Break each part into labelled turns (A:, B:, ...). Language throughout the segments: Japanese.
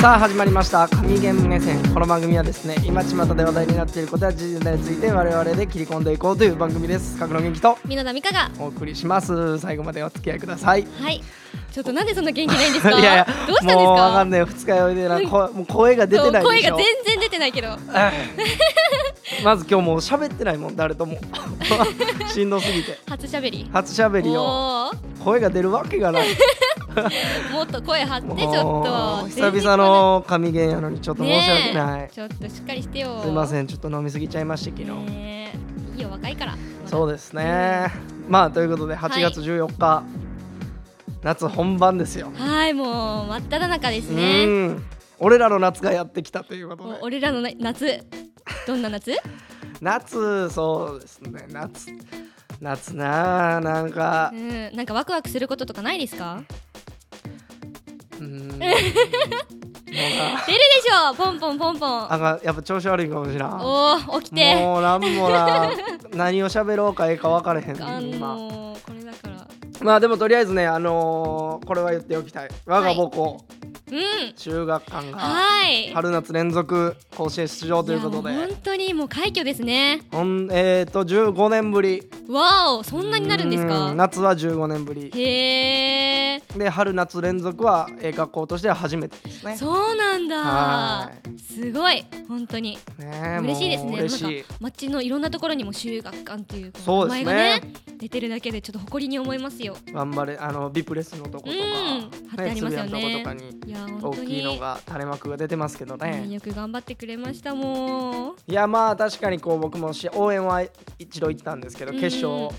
A: さあ始まりました神ゲーム目線この番組はですね今巷で話題になっていることや時事ネタについて我々で切り込んでいこうという番組です角野元気と
B: 美濃田美香が
A: お送りします最後までお付き合いくださいい
B: はいちょっとなんでそんな元気ないんですか
A: いやいや
B: どうしたんですか
A: もうわかんない二日酔いでなこもう声が出てないでしょ
B: 声が全然出てないけど
A: まず今日もう喋ってないもん誰とも しんどすぎて
B: 初しゃべり
A: 初喋りを
B: おー
A: 声が出るわけが ない
B: もっと声張ってちょっ
A: も
B: と
A: う久々の神ゲーやのにちょっと申し訳ない、
B: ねえちょっとしっかりしてよ
A: すいま
B: ん
A: せんちょっと飲みすぎちゃいました昨日、
B: ねえいいよ若いから
A: そうですねまあということで8月14日、夏本番ですよ、
B: はいもう真っ只中です
A: う
B: ね
A: ん俺らの夏がやってきたということ
B: もう
A: で
B: 俺らのな夏どんな夏
A: 夏そうですね夏夏なあなんか
B: うんなんかワクワクすることとかないですか
A: うんもうな
B: 出るでしょポンポンポンポン
A: あかんやっぱ調子悪いかもしれんも
B: おー起きて
A: うなんもな何を喋ろうかええか分からへん
B: あ
A: 今
B: のー、これだから
A: まあでもとりあえずねあのーこれは言っておきたい我が母校、
B: うん
A: 中学館が
B: はい
A: 春夏連続甲子園出場ということで
B: やもう本当にもう快挙ですね
A: ほんえー、と15年ぶり
B: わおそんなになるんです
A: う
B: か
A: 夏は15年ぶり
B: へえ
A: で春夏連続は、えー、学校としては初めてですね
B: そうなんだ
A: は
B: すごい本当に
A: ねえ
B: 嬉しいです
A: も
B: ね
A: う嬉し
B: ないんか街のいろんなところにも修学館っていうこ
A: そううで
B: 名前
A: すね
B: がね出てるだけでちょっと誇りに思いますよ
A: 頑張れあのビプレスのとことか、
B: うん貼ってありますよね
A: つぶやのとことかに
B: いや
A: 大
B: 本当
A: きいの
B: に
A: が垂れ幕が出てますけど
B: うん
A: ね
B: よく頑張ってくれましたもん
A: いやまあ確かにこう僕もし応援は一度行ったんですけど
B: うん
A: 決勝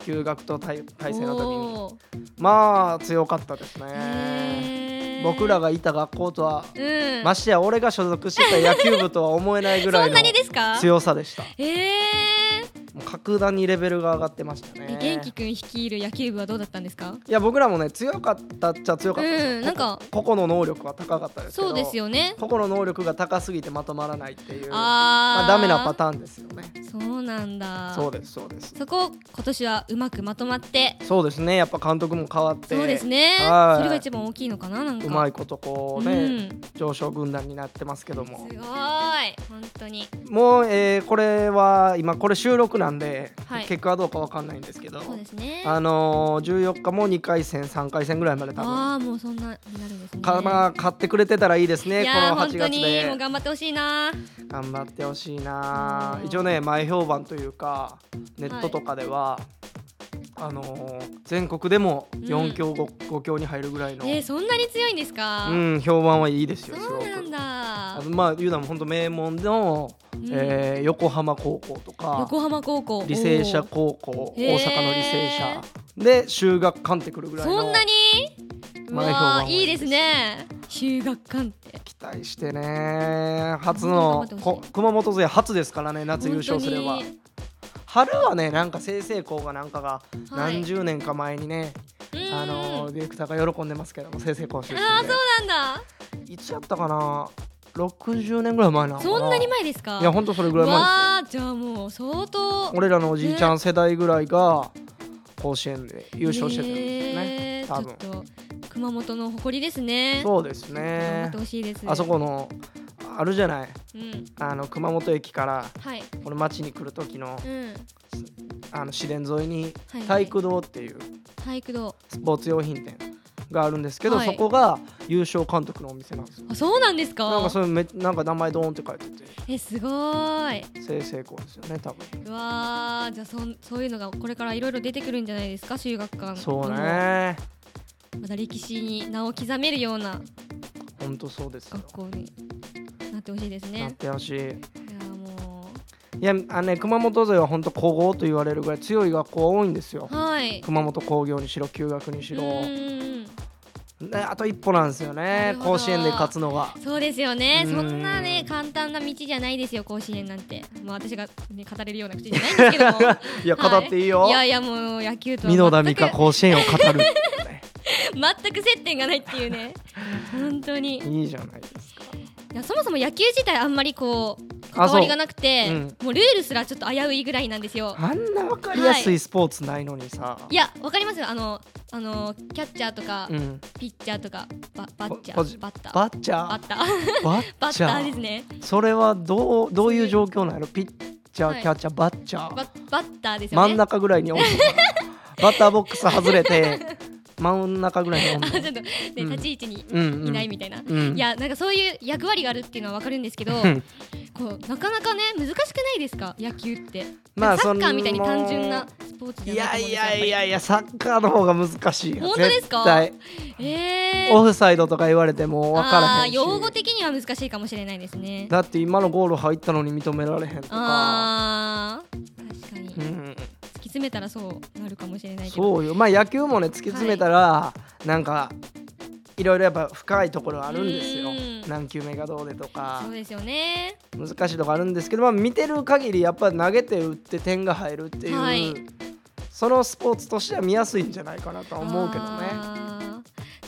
A: 休学と対対戦の時に
B: おー
A: まあ強かったですね
B: へー
A: 僕らがいた学校とは
B: うん
A: ましてや俺が所属してた野球部とは思えないぐら
B: そ
A: い
B: ん
A: の
B: なにですか
A: 強さでしたも
B: へえ
A: う格段にレベルが上がってましたね
B: え元気くん率いる野球部はどうだったんですか
A: いや僕らもね強かったっちゃ強かったですよ
B: うんなんか
A: ここの能力は高かったですけど
B: そうですよね
A: ここの能力が高すぎてまとまらないっていう
B: あー、
A: まあ、ダメなパターンですよね
B: そうなんだ
A: そうですそうです
B: そこを今年はうまくまとまって
A: そうですねやっぱ監督も変わって
B: そうですね
A: はい
B: それが一番大きいのかななんか
A: うまいことこうね、
B: うん
A: 上昇軍団になってますけど
B: す
A: も
B: ごい本当に
A: もう、えーこれは今これ収録なんで、
B: はい
A: 結果はどうかわかんないんですけど
B: そうですね
A: あのー、14日も2回戦3回戦ぐらいまで多分
B: あーもうそんなになるんですね
A: か、まあ、買ってくれてたらいいです
B: い
A: ね
B: やー
A: この8
B: 本当
A: 月
B: にも
A: で
B: う頑張ってほしいな
A: 頑張ってほしいな
B: うん
A: 一応ね前評判というかネットとかでは、あのー全国でも4強 5, 5強に入るぐらいの、
B: えー、そんなに強いんですか、
A: うん、評判はいいです
B: そ
A: よすご
B: うなん
A: く。あ
B: だ
A: のまあ言うなも本当名門の、
B: ん
A: えー横浜高校とか
B: 横浜高校
A: 履正社高校
B: おー
A: 大阪の履正社で修学館ってくるぐ
B: お
A: らい
B: ー
A: の
B: そんなにう
A: 前評判
B: わ
A: はい
B: ー
A: い
B: いいですね修学館って
A: 期待してね初
B: 頑張
A: の
B: ってほ
A: こ
B: しい
A: 熊本勢初ですからね夏優勝すれば
B: 本当に
A: 春はねなんか済々校がなんかが
B: はい
A: 何十年か前にね、
B: うん
A: あのディレクターが喜んでますけども済々校出身で
B: ああそうなん
A: いつやったかな60年ぐらい前なの
B: だ
A: かな
B: そんなに前ですか
A: いやほんとそれぐらい前です
B: わあじゃあもう相当
A: 俺らのおじいちゃん世代ぐらいが甲子園で優勝してたんですよね、
B: えー
A: 多分
B: ちょっと熊本の誇りですねう
A: そうです
B: 頑張
A: ね
B: ってほしいです
A: あそこのあるじゃない
B: うん
A: あの熊本駅から
B: はい
A: この町に来る時の
B: うん
A: あの市電沿いに
B: はいはい
A: 体育堂っていう
B: 体育堂
A: スポーツ用品店があるんですけど、
B: はい
A: そこが優勝監督のお店なんですよ
B: あそうなんですか
A: なんかそれめなんか名前ドーンって書いてて
B: えすごーい
A: 正成功ですよね多分
B: うわあじゃあそんそういうのがこれからいろいろ出てくるんじゃないですか修学館
A: そう
B: にも
A: ね
B: また歴史に名を刻めるような
A: ほんとそうですよ
B: 学校になってほしいです
A: なっ
B: ね
A: てほしい
B: いやーも
A: いやあのね熊本勢は本当古豪と言われるぐらい強い学校は多いんですよ
B: うはい
A: 熊本工業にしろ休学にしろ、
B: う
A: ね、
B: ーん
A: あと一歩なんですよ
B: な
A: ね
B: るほど
A: 甲子園で勝つのが
B: そうですよね
A: うん
B: そんなね簡単な道じゃないですよ甲子園なんてまあ私が、ね、語れるような口じゃないんですけど も
A: いや語っていいよ、
B: はい、いやいやもう野球とは
A: 美濃田美香
B: 全く
A: 甲子園を語る
B: 全く接点がないっていうね本当に
A: いいじゃないですか
B: いやそもそも野球自体あんまりこう関わりがなくて、
A: あそう
B: もうルールすらちょっと危ういぐらいなんですよ。
A: あんな分かりやすいスポーツないのにさ、
B: いやわかりますよあのあのキャッチャーとか、
A: うん、
B: ピッチャーとかババッチャ
A: ポジ
B: ーバッター
A: バッチャ
B: バ
A: ー
B: ッター
A: バ
B: バ
A: ッ
B: ッ
A: チ
B: タ
A: ャ
B: ーです
A: ー
B: ね
A: それはどうどういう状況なんやろピッチャ
B: は
A: ー
B: い
A: キャッチャーバッチャー、
B: ババッターですよ
A: 真ん
B: ね。
A: 中ぐらいにおんのかなバッターボックス外れて真ん中ぐらいに おんの
B: あ ちょっとね、
A: うん
B: 立ち位置に
A: うんうん
B: いないみたいな、
A: うん
B: いやなんかそういう役割があるっていうのはわかるんですけど
A: うん
B: こうなかなかね難しくないですか野球って、
A: まあ
B: サッカ
A: そ
B: ー
A: の
B: みたいに単純なスポーツ
A: い
B: じゃ
A: や
B: ない
A: い
B: と思うんですよ
A: やい
B: やっ
A: やいやサッカーの方が難しいよ
B: 本当ですか
A: 絶対
B: ぱりえー
A: オフサイドとか言われても分からへ
B: あー
A: んし
B: 用語的には難しいかもしれないですね
A: だって今のゴール入ったのに認められへんとか、
B: あー確かに、
A: う
B: 突
A: ん、
B: き詰めたらそうなるかもしれないけど
A: そうよまあ野球もね突き詰めたら、なんかいろいろやっぱ深いところあるんですよ
B: うん
A: 何球目がどうでとか
B: そうですよね
A: 難しいとこあるんですけど、まあ、見てる限りやっぱ投げて打って点が入るっていう、
B: はい
A: そのスポーツとしては見やすいんじゃないかなとは思うけどね。
B: あ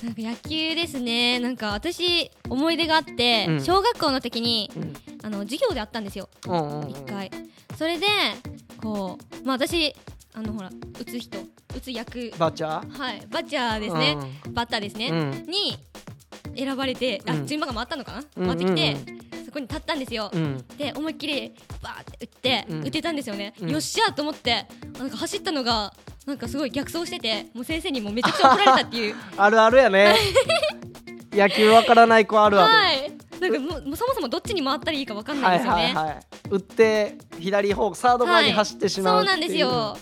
B: ーなんか野球ですねなんか私思い出があって、
A: うん
B: 小学校の時に
A: うん
B: あの授業であったんですよ
A: うんうんうん
B: 一回それでこうまあ私あのほら打つ人打つ役
A: バッチャー
B: はいバッチャーですね、バッターですね、
A: うん
B: に選ばれて、
A: う
B: あ
A: ん
B: 順番が回ったのかな、
A: うん
B: 回ってきて、そこに立ったんですよ、
A: うんうん
B: で思いっきりバーって打って、
A: うん
B: 打てたんですよね、
A: うん
B: よっしゃと思ってなんか走ったのがなんかすごい逆走しててもう先生にもうめちゃくちゃ怒られ たっていう
A: あるあるや ね野球わからない子あるある。
B: はいなんかもうもうそもそもどっちに回ったらいいかわかんないですよね、
A: い、打って左方サード側に走ってしまう
B: そうなん
A: ってい
B: ですよ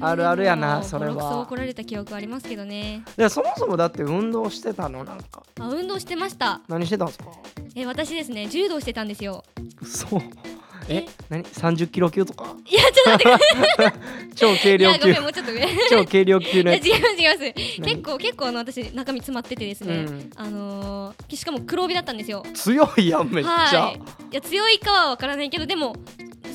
A: あるあるやな
B: そでも
A: それは
B: ボロクソ怒られた記憶ありますけどね
A: いやそもそもだって運動してたのなんか
B: あ運動してました
A: 何してたんですか
B: え私ですね柔道してたんですよ
A: そう
B: え
A: え何30キロ級とか
B: いやちょっと待っ て
A: 超軽
B: い
A: 量
B: やご
A: 級
B: めんもうちょ っと上いや
A: 超軽量級のや
B: 違いま
A: つ
B: す違います
A: 何
B: 結構結構あの私中身詰まっててですね、
A: うん
B: あのーしかも黒帯だったんですよ
A: 強いやんめっちゃ、
B: はいいや強いかはわからないけどでも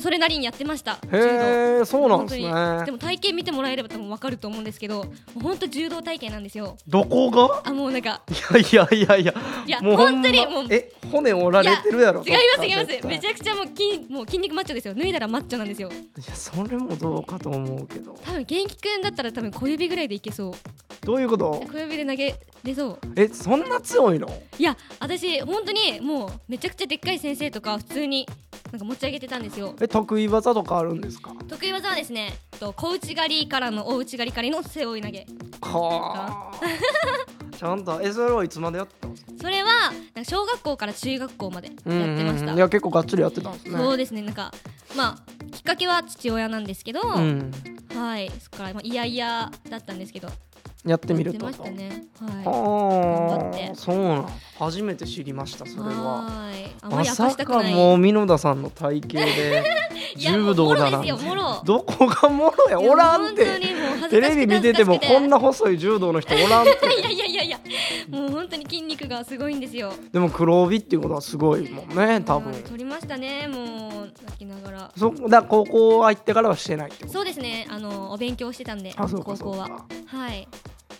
B: それなりにやってました柔道
A: へえそうなんです
B: 本当にで
A: ね
B: も体型見てもらえれば多分わかると思うんですけどもう本当柔道体型なんですよ
A: どこが
B: あもうなんか
A: いやいやいやいや
B: いや
A: もうほん
B: 本
A: ま
B: 当にもう
A: え骨折られてるやろ
B: 違います違いますめち
A: ゃ
B: ゃくちゃもう筋もう筋肉マッチョですよ脱いだらマッチョなんですよ
A: いやそれもどうかと思うけど
B: 多分元気くんだったら多分小指ぐらいでいけそう
A: どういうこと
B: 小指で投げれそう
A: えそんな強いの
B: いや私本当にもうめちゃくちゃでっかい先生とか普通になんか持ち上げてたんですよ
A: え得意技とかあるんですか
B: 得意技はですねえっと小内刈りからの大内刈りからの背負い投げ
A: かーちゃんとえそれはいつまでやってたんですか
B: それはなんか小学校から中学校までやってました、
A: いや結構がっつりやってたんですね
B: そうですねなんかまあきっかけは父親なんですけど、
A: うん、
B: はいそこからまあいやいやだったんですけど
A: やってみる
B: や
A: と
B: ってましたねはい
A: あ
B: 頑張っ
A: ー
B: て
A: そうなん初めて知りましたそれは
B: ーいあま
A: ま
B: り明か
A: さ
B: したく
A: か
B: ない
A: もう箕田さんの体型で
B: いや
A: 柔道だなんて
B: もうもろですよもろ
A: どこがもろや
B: いや
A: おらんっ
B: 本当
A: て
B: にもう恥ずかしく
A: テレビ見てても
B: 恥ずかし
A: こ
B: く
A: んな細い柔道の人おらんって
B: いやいやいやいやもう本当に筋肉がすごいんですよ
A: でも黒帯っていうことはすごいもんね多分
B: うん取りましたねもう泣きながら
A: そだから高校入ってからはしてないってこと
B: そうですねあのお勉強してたんで
A: あそうか
B: 高校は
A: そうか
B: はい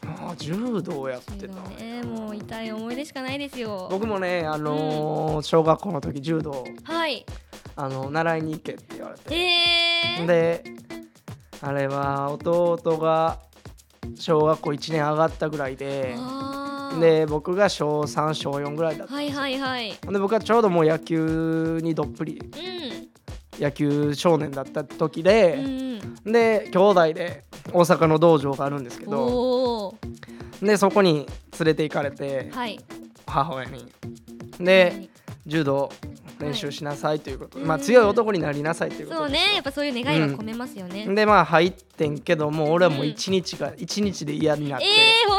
A: あー柔道やっ
B: そう
A: てた
B: ねもう痛い思い出しかないですよ
A: 僕もね、あのー小学校の時柔道、
B: はい
A: あの習いに行けって言われて、
B: えー、
A: であれは弟が小学校1年上がったぐらいで
B: あー
A: で僕が小3小4ぐらいだった、
B: はいはいはい
A: ほんで僕はちょうどもう野球にどっぷり野球少年だった時
B: うんう
A: で、
B: んうん
A: で兄弟で大阪の道場があるんですけど
B: おお
A: でそこに連れて行かれて
B: はい
A: 母親に。で、柔道練習しなさいということ、まあ強い男になりなさいということ
B: そう
A: で
B: ね
A: すよ
B: やっぱそういう願いは込めますよね、
A: でまあ入ってんけどもう俺はもううん一日が一日で嫌になっ
B: え
A: て、
B: ー、本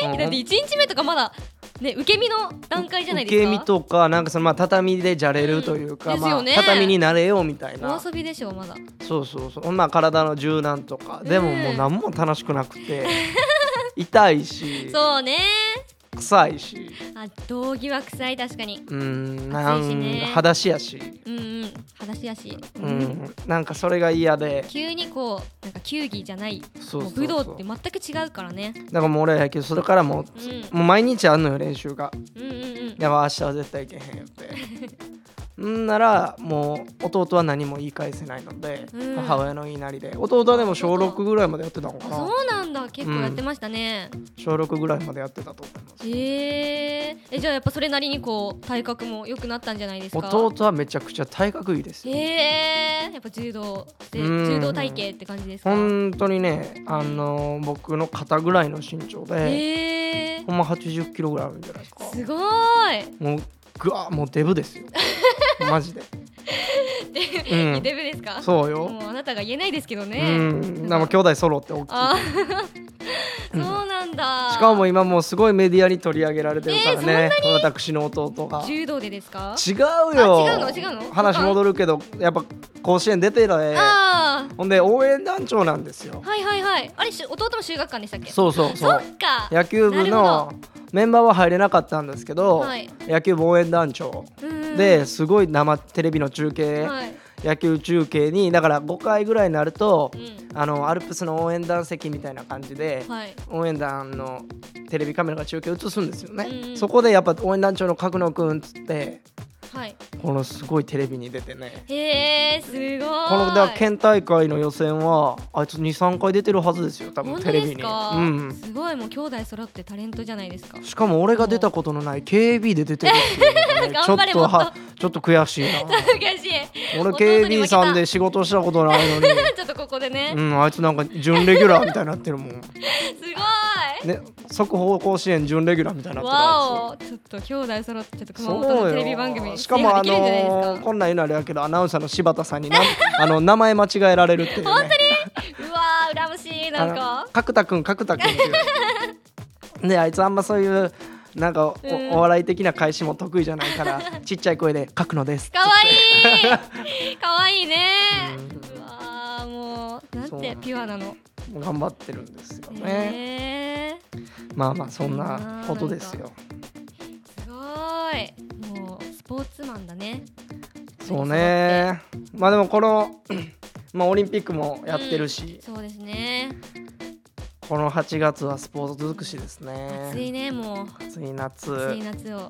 B: 当に、
A: うん
B: だって1日目とかまだね受け身の段階じゃないです
A: 受
B: か
A: け身とかなんかそのまあ畳でじゃれるというか、
B: うんです
A: ま
B: よ
A: あ、
B: ね
A: 畳になれようみたいな
B: お遊びでしょまだ
A: そうそうそうまあ体の柔軟とかでも
B: うん
A: もう何も楽しくなく て痛いし
B: そうね
A: 臭いし
B: あ道着は臭い確かに
A: うんな
B: 暑いし
A: ん
B: ね
A: 裸足やし、
B: うんうん裸足やし、
A: うんなんかそれが嫌で
B: 急にこうなんか球技じゃない
A: そうそうそう
B: もう武道って全く違うからね
A: だからもう俺は野球それからもう,、
B: うん
A: もう毎日あんのよ練習が。
B: うんうんうん
A: いや明日は絶対行けへんよって んならもう弟は何も言い返せないので、
B: うん
A: 母親の言いなりで弟はでも小6ぐらいまでやってたのかな
B: そうなんだ結構やってましたね、
A: 小6ぐらいまでやってたと思います
B: へええじゃあやっぱそれなりにこう体格も良くなったんじゃないですか
A: 弟はめちゃくちゃ体格いいです
B: へ
A: よ
B: えやっぱ柔道で
A: うん
B: 柔道体型って感じですか
A: 本当にねあのー僕の肩ぐらいの身長で、
B: へえ
A: ほんま80キロぐらいあるんじゃないですか
B: すごーい
A: もうぐわもうデブ ですよマジで、うん
B: デブですか
A: そう
B: も
A: よ、
B: うあなたが言えないですけどね、
A: うんでも兄弟揃って大きい
B: あー そうなんだ
A: しかも今もうすごいメディアに取り上げられてるからね
B: えー、
A: 私の弟が違
B: 柔道でですか
A: うよ
B: あ違うの違うの
A: 話戻るけどやっぱ甲子園出てるね
B: あ
A: ほんで応援団長なんですよ
B: あはいはいはいあれし弟も修学館でしたっけ
A: そうそう
B: そ
A: そ
B: っ
A: う
B: か
A: 野球部のメンバーは入れなかったんですけど、
B: はい
A: 野球部応援団長
B: うん
A: ですごい生テレビの中継、
B: はい
A: 野球中継にだから5回ぐらいになると、
B: うん
A: あのアルプスの応援団席みたいな感じで、
B: はい
A: 応援団のテレビカメラが中継映すんですよね、
B: うん
A: そこでやっぱ応援団長の角野くんっつって
B: はい
A: このすごいテレビに出てね
B: へえすごい
A: このだから県大会の予選はあいつ23回出てるはずですよ多分
B: 本
A: テ
B: 当
A: レ
B: で
A: ビ
B: す
A: に、
B: か、
A: うん、
B: すごいもう兄弟揃ってタレントじゃないですか、
A: しかも俺が出たことのない KB で出てるっていう、ねちょ
B: 頑
A: っ
B: 張れ
A: と
B: もっ
A: はちょっと悔しいな
B: 悔しい
A: 俺
B: 弟に負け
A: KB
B: た
A: さんで仕事したことないのに
B: ちょっとここでね、
A: うん、あいつなんか準レギュラーみたいになってるもん、
B: すごい
A: ね、速報甲子園準レギュラーみたいになってるあいつ
B: わおちょっと兄弟揃ってちょっと熊
A: そう
B: 本の
A: よ
B: テレビ番組
A: しかもあ
B: 制覇できるんじゃない
A: の
B: です
A: ー、
B: か
A: こんなん言うのあれやけどアナウンサーの柴田さんになあの名前間違えられるっていう、ね、本
B: うわー羨ましいなんか
A: 角田君角田君って いうであいつあんまそういうなんかお,、
B: うん
A: お笑い的な返しも得意じゃないから ちっちゃい声で「角野です」
B: かわいいかわいいね
A: う
B: うわーもうなん
A: そうな
B: て
A: の
B: ピュアなの
A: 頑張ってるんですよね、
B: ねえ
A: まあまあそんなことですよ
B: すごいもうスポーツマンだね
A: そうねまあでもこの まあオリンピックもやってるし、
B: そうですね
A: この8月はスポーツ尽くしですね
B: 暑いねもう
A: 暑い夏
B: 暑い夏をも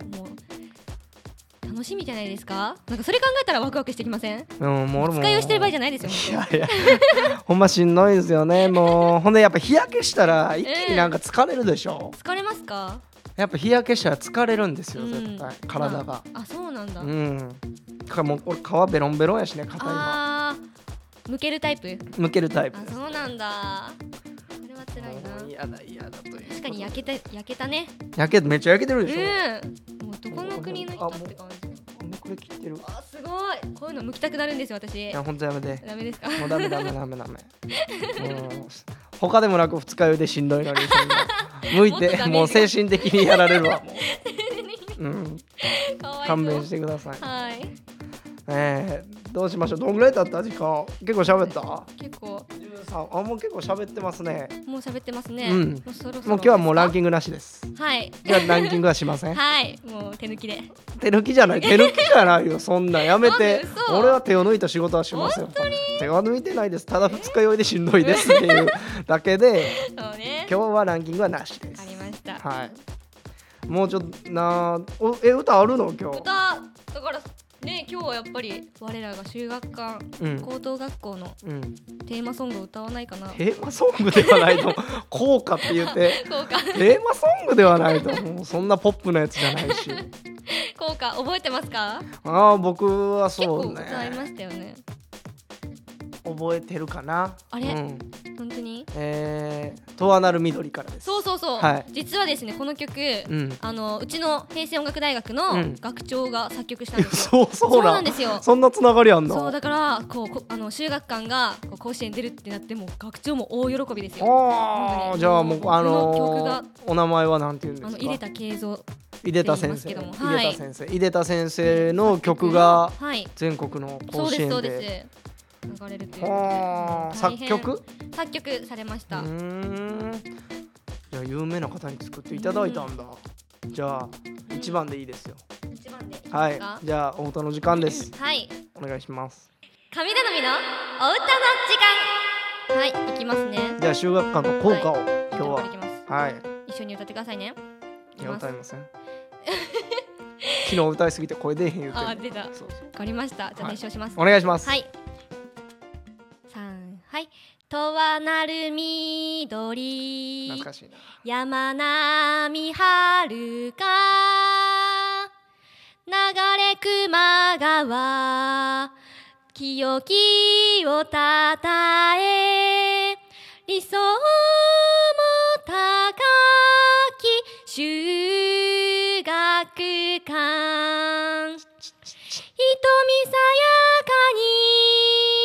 B: う楽しみじゃないですかなんかそれ考えたらワクワクしてきません
A: うん、もう俺も
B: 使いをしてる場合じゃないですよ本当
A: い
B: に
A: やいやほんましんどいんですよねもうほんでやっぱ日焼けしたら一気になんか疲れるでしょ、
B: 疲れますか
A: やっぱ日焼けしたら疲れるんですよ
B: うん
A: 絶対、体が
B: まああそうなんだ、
A: うんかもう俺皮ベロンベロンやしね肩今
B: あー向けるタイプ
A: むけるタイプ
B: あ
A: です
B: そうなんだそれは辛い
A: もう
B: な
A: 嫌だ嫌だという
B: 確かに焼けた焼けたね
A: 焼けめっちゃ焼けてるでしょ、
B: うんもうどこの国の人って感じ
A: ほんまこれ切ってるわ
B: あすごいこういうの剥きたくなるんですよ
A: い
B: 私
A: やほんとやめて
B: ダメですか
A: もうダメダメダ メダメもう他でもなく二日酔いでしんどいのにそんな向い
B: もっとダメー
A: て
B: ジが
A: もう精神的にやられるわも う、うん、
B: かわいそう
A: 勘弁してください
B: はい
A: えー、どうしましょうどんぐらい経った時間結構喋った
B: 結構
A: 13あもう結構喋ってますね
B: もう喋ってますね、
A: うん
B: もうそろそろ
A: もう今日はもうランキ
B: ン
A: ングなしです
B: グはい
A: 今日はランキングはしません
B: はいもう手抜きで
A: 手抜きじゃない手抜きじゃないよそんなんやめ
B: なん
A: て
B: で嘘
A: 俺は手を抜いた仕事はしますよ手は抜いてないですただ二日酔いでしんどいですっていうだけで
B: そうね
A: 今日はランキングはなしです
B: ありました
A: はいもうちょっとなおえ歌あるの今日
B: 歌だからね今日はやっぱり我らが修学館、
A: うん
B: 高等学校の
A: うん、
B: テーマソングを歌わないかな
A: テーマソングではないと効果って言って
B: 効果
A: テーマソングではないと思うそんなポップなやつじゃないし
B: 効果覚えてますか
A: ああ僕は
B: 結
A: そ
B: 構
A: う
B: 歌いま
A: ね
B: したよね
A: 覚えてるかな
B: あれ
A: うん、
B: 本当に
A: えー、とはなる緑からです
B: そうそうそう、
A: はい
B: 実はですねこの曲、
A: うん
B: あのうちの平成音楽大学
A: う
B: の
A: ん
B: 学長が作曲したんですよ、
A: そう そう
B: そうな
A: なんん
B: ですよ
A: そんなつながりあんの
B: そうだからこうこあの修学館がこう甲子園出るってなってもう学長も大喜びですよ
A: あ
B: う
A: あ
B: ん
A: じゃあもう
B: 僕の
A: あ
B: 曲
A: の
B: が
A: ー、お名前はなんて言うんで
B: あ
A: す
B: の
A: か
B: 入れた慶三
A: 井出田先生
B: って言いますけども
A: 入
B: はい
A: れた先生入れた先生の曲が
B: はい
A: 全国の
B: そ
A: 甲
B: う
A: 子
B: です
A: 園
B: そう
A: で
B: です流れるという
A: はあ
B: 大
A: 作
B: 変
A: 曲
B: 作曲されまし
A: う
B: た、
A: ーんじゃあ有名な方に作っていただいたんだ、じゃあ一番でいいですよ
B: 一番でいき
A: は
B: ます
A: い
B: か
A: じゃあお歌の時間です
B: はい
A: お願いします
B: 神頼みのお歌の時間はい、いきますね
A: じゃあ修学館の効果を今日
B: やっぱりい
A: は
B: きます
A: はい
B: 一緒に歌ってくださいね
A: いや歌いません昨日歌いすぎて声出えへん言うてん
B: あ
A: ね
B: あ
A: ん
B: 出たわ
A: そうそう
B: かりましたじゃあ
A: はい
B: 熱唱します
A: お願いします、
B: はい。三はい。とはなるみどり。
A: 懐かしいな
B: 山並みはるか流れ熊川清きをたたえ理想も高き修学館瞳さやかに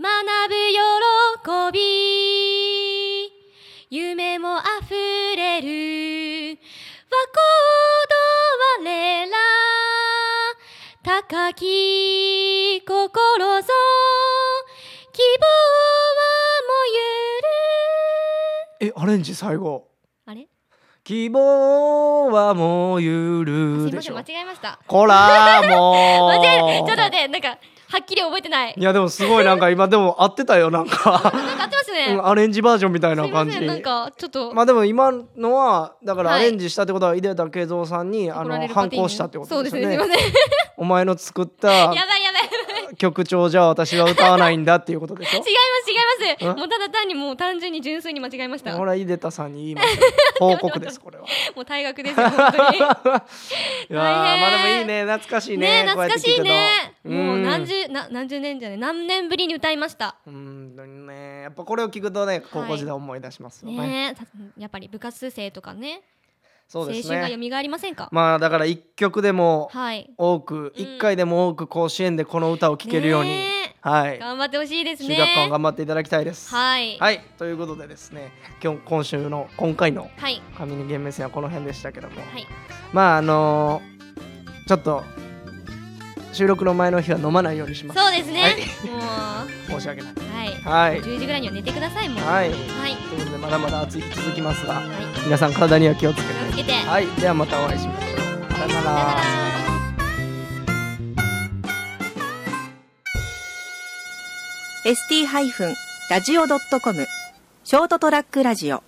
B: 学ぶ喜び夢もあふれる和光堂我ら高き心ぞ希望は
A: えアレンジ最後
B: もゆるあれ
A: 希望はもうゆ
B: す
A: る
B: いま
A: で
B: せ
A: し
B: ん
A: ょ
B: 間違えました
A: こらーもう
B: 間違えちょっと待ってなんかはっきり覚えてない
A: いやでもすごいなんか今でも合ってたよなんか、
B: なんか合ってます
A: う
B: ね
A: ん、アレンジバージョンみたい
B: す
A: ない
B: ま
A: 感じ
B: せんなんかちょっと
A: まあでも今のはだからア
B: はい
A: レンジしたってことは井出田慶三さんに、あ
B: 怒られ
A: の
B: るパ
A: 反
B: ティーン
A: 抗したってことですよ
B: そうですね
A: ね
B: すいません
A: お前の作った
B: やばいやばい
A: 曲調じゃ私は歌わないんだっていうことでし
B: 違い
A: ょ
B: ます違います
A: ん
B: もうただ単にもう単純に純粋に間違えました
A: ほ
B: も
A: ら井出田さんに言いましたよ 報告ですこれは
B: う退学ですよ本当 に
A: いやー
B: 大変
A: まあでもいいね懐かしいね
B: ね懐かしいね
A: こうやって聞くと
B: もううん何十な何十年じゃない何年ぶりに歌いました
A: うんだねやっぱこれを聞くとね高校時代思い出しますよね,、
B: ねたやっぱり部活生とかね
A: そうです
B: 青春
A: ね
B: が蘇りませんか、
A: まあだから一曲でも
B: はい
A: 多く
B: うん
A: 一、回でも多く甲子園でこの歌を聴けるように、
B: ね
A: はい
B: 頑張ってほしいです
A: 中
B: ね
A: 学校頑張っていただきたいです
B: はいい、
A: はいということでですね今日今週の今回の
B: はい
A: 上に厳明戦はこの辺でしたけども
B: はい
A: まああのーちょっと収録の前の日は飲まないようにします
B: そうですね、
A: はい
B: も
A: 申
B: う
A: し訳ない
B: はい、
A: はい
B: 10時ぐらいには寝てくださいもう
A: はい
B: はい、
A: ということでまだまだ暑い日続きますが
B: はい、気
A: 皆さん体には気をつけて
B: をつけて、さよ
A: はいではまたお会いしましょうさよな
B: な
A: ら
B: ら
C: ー ST-radio.com ショートトラックラジオ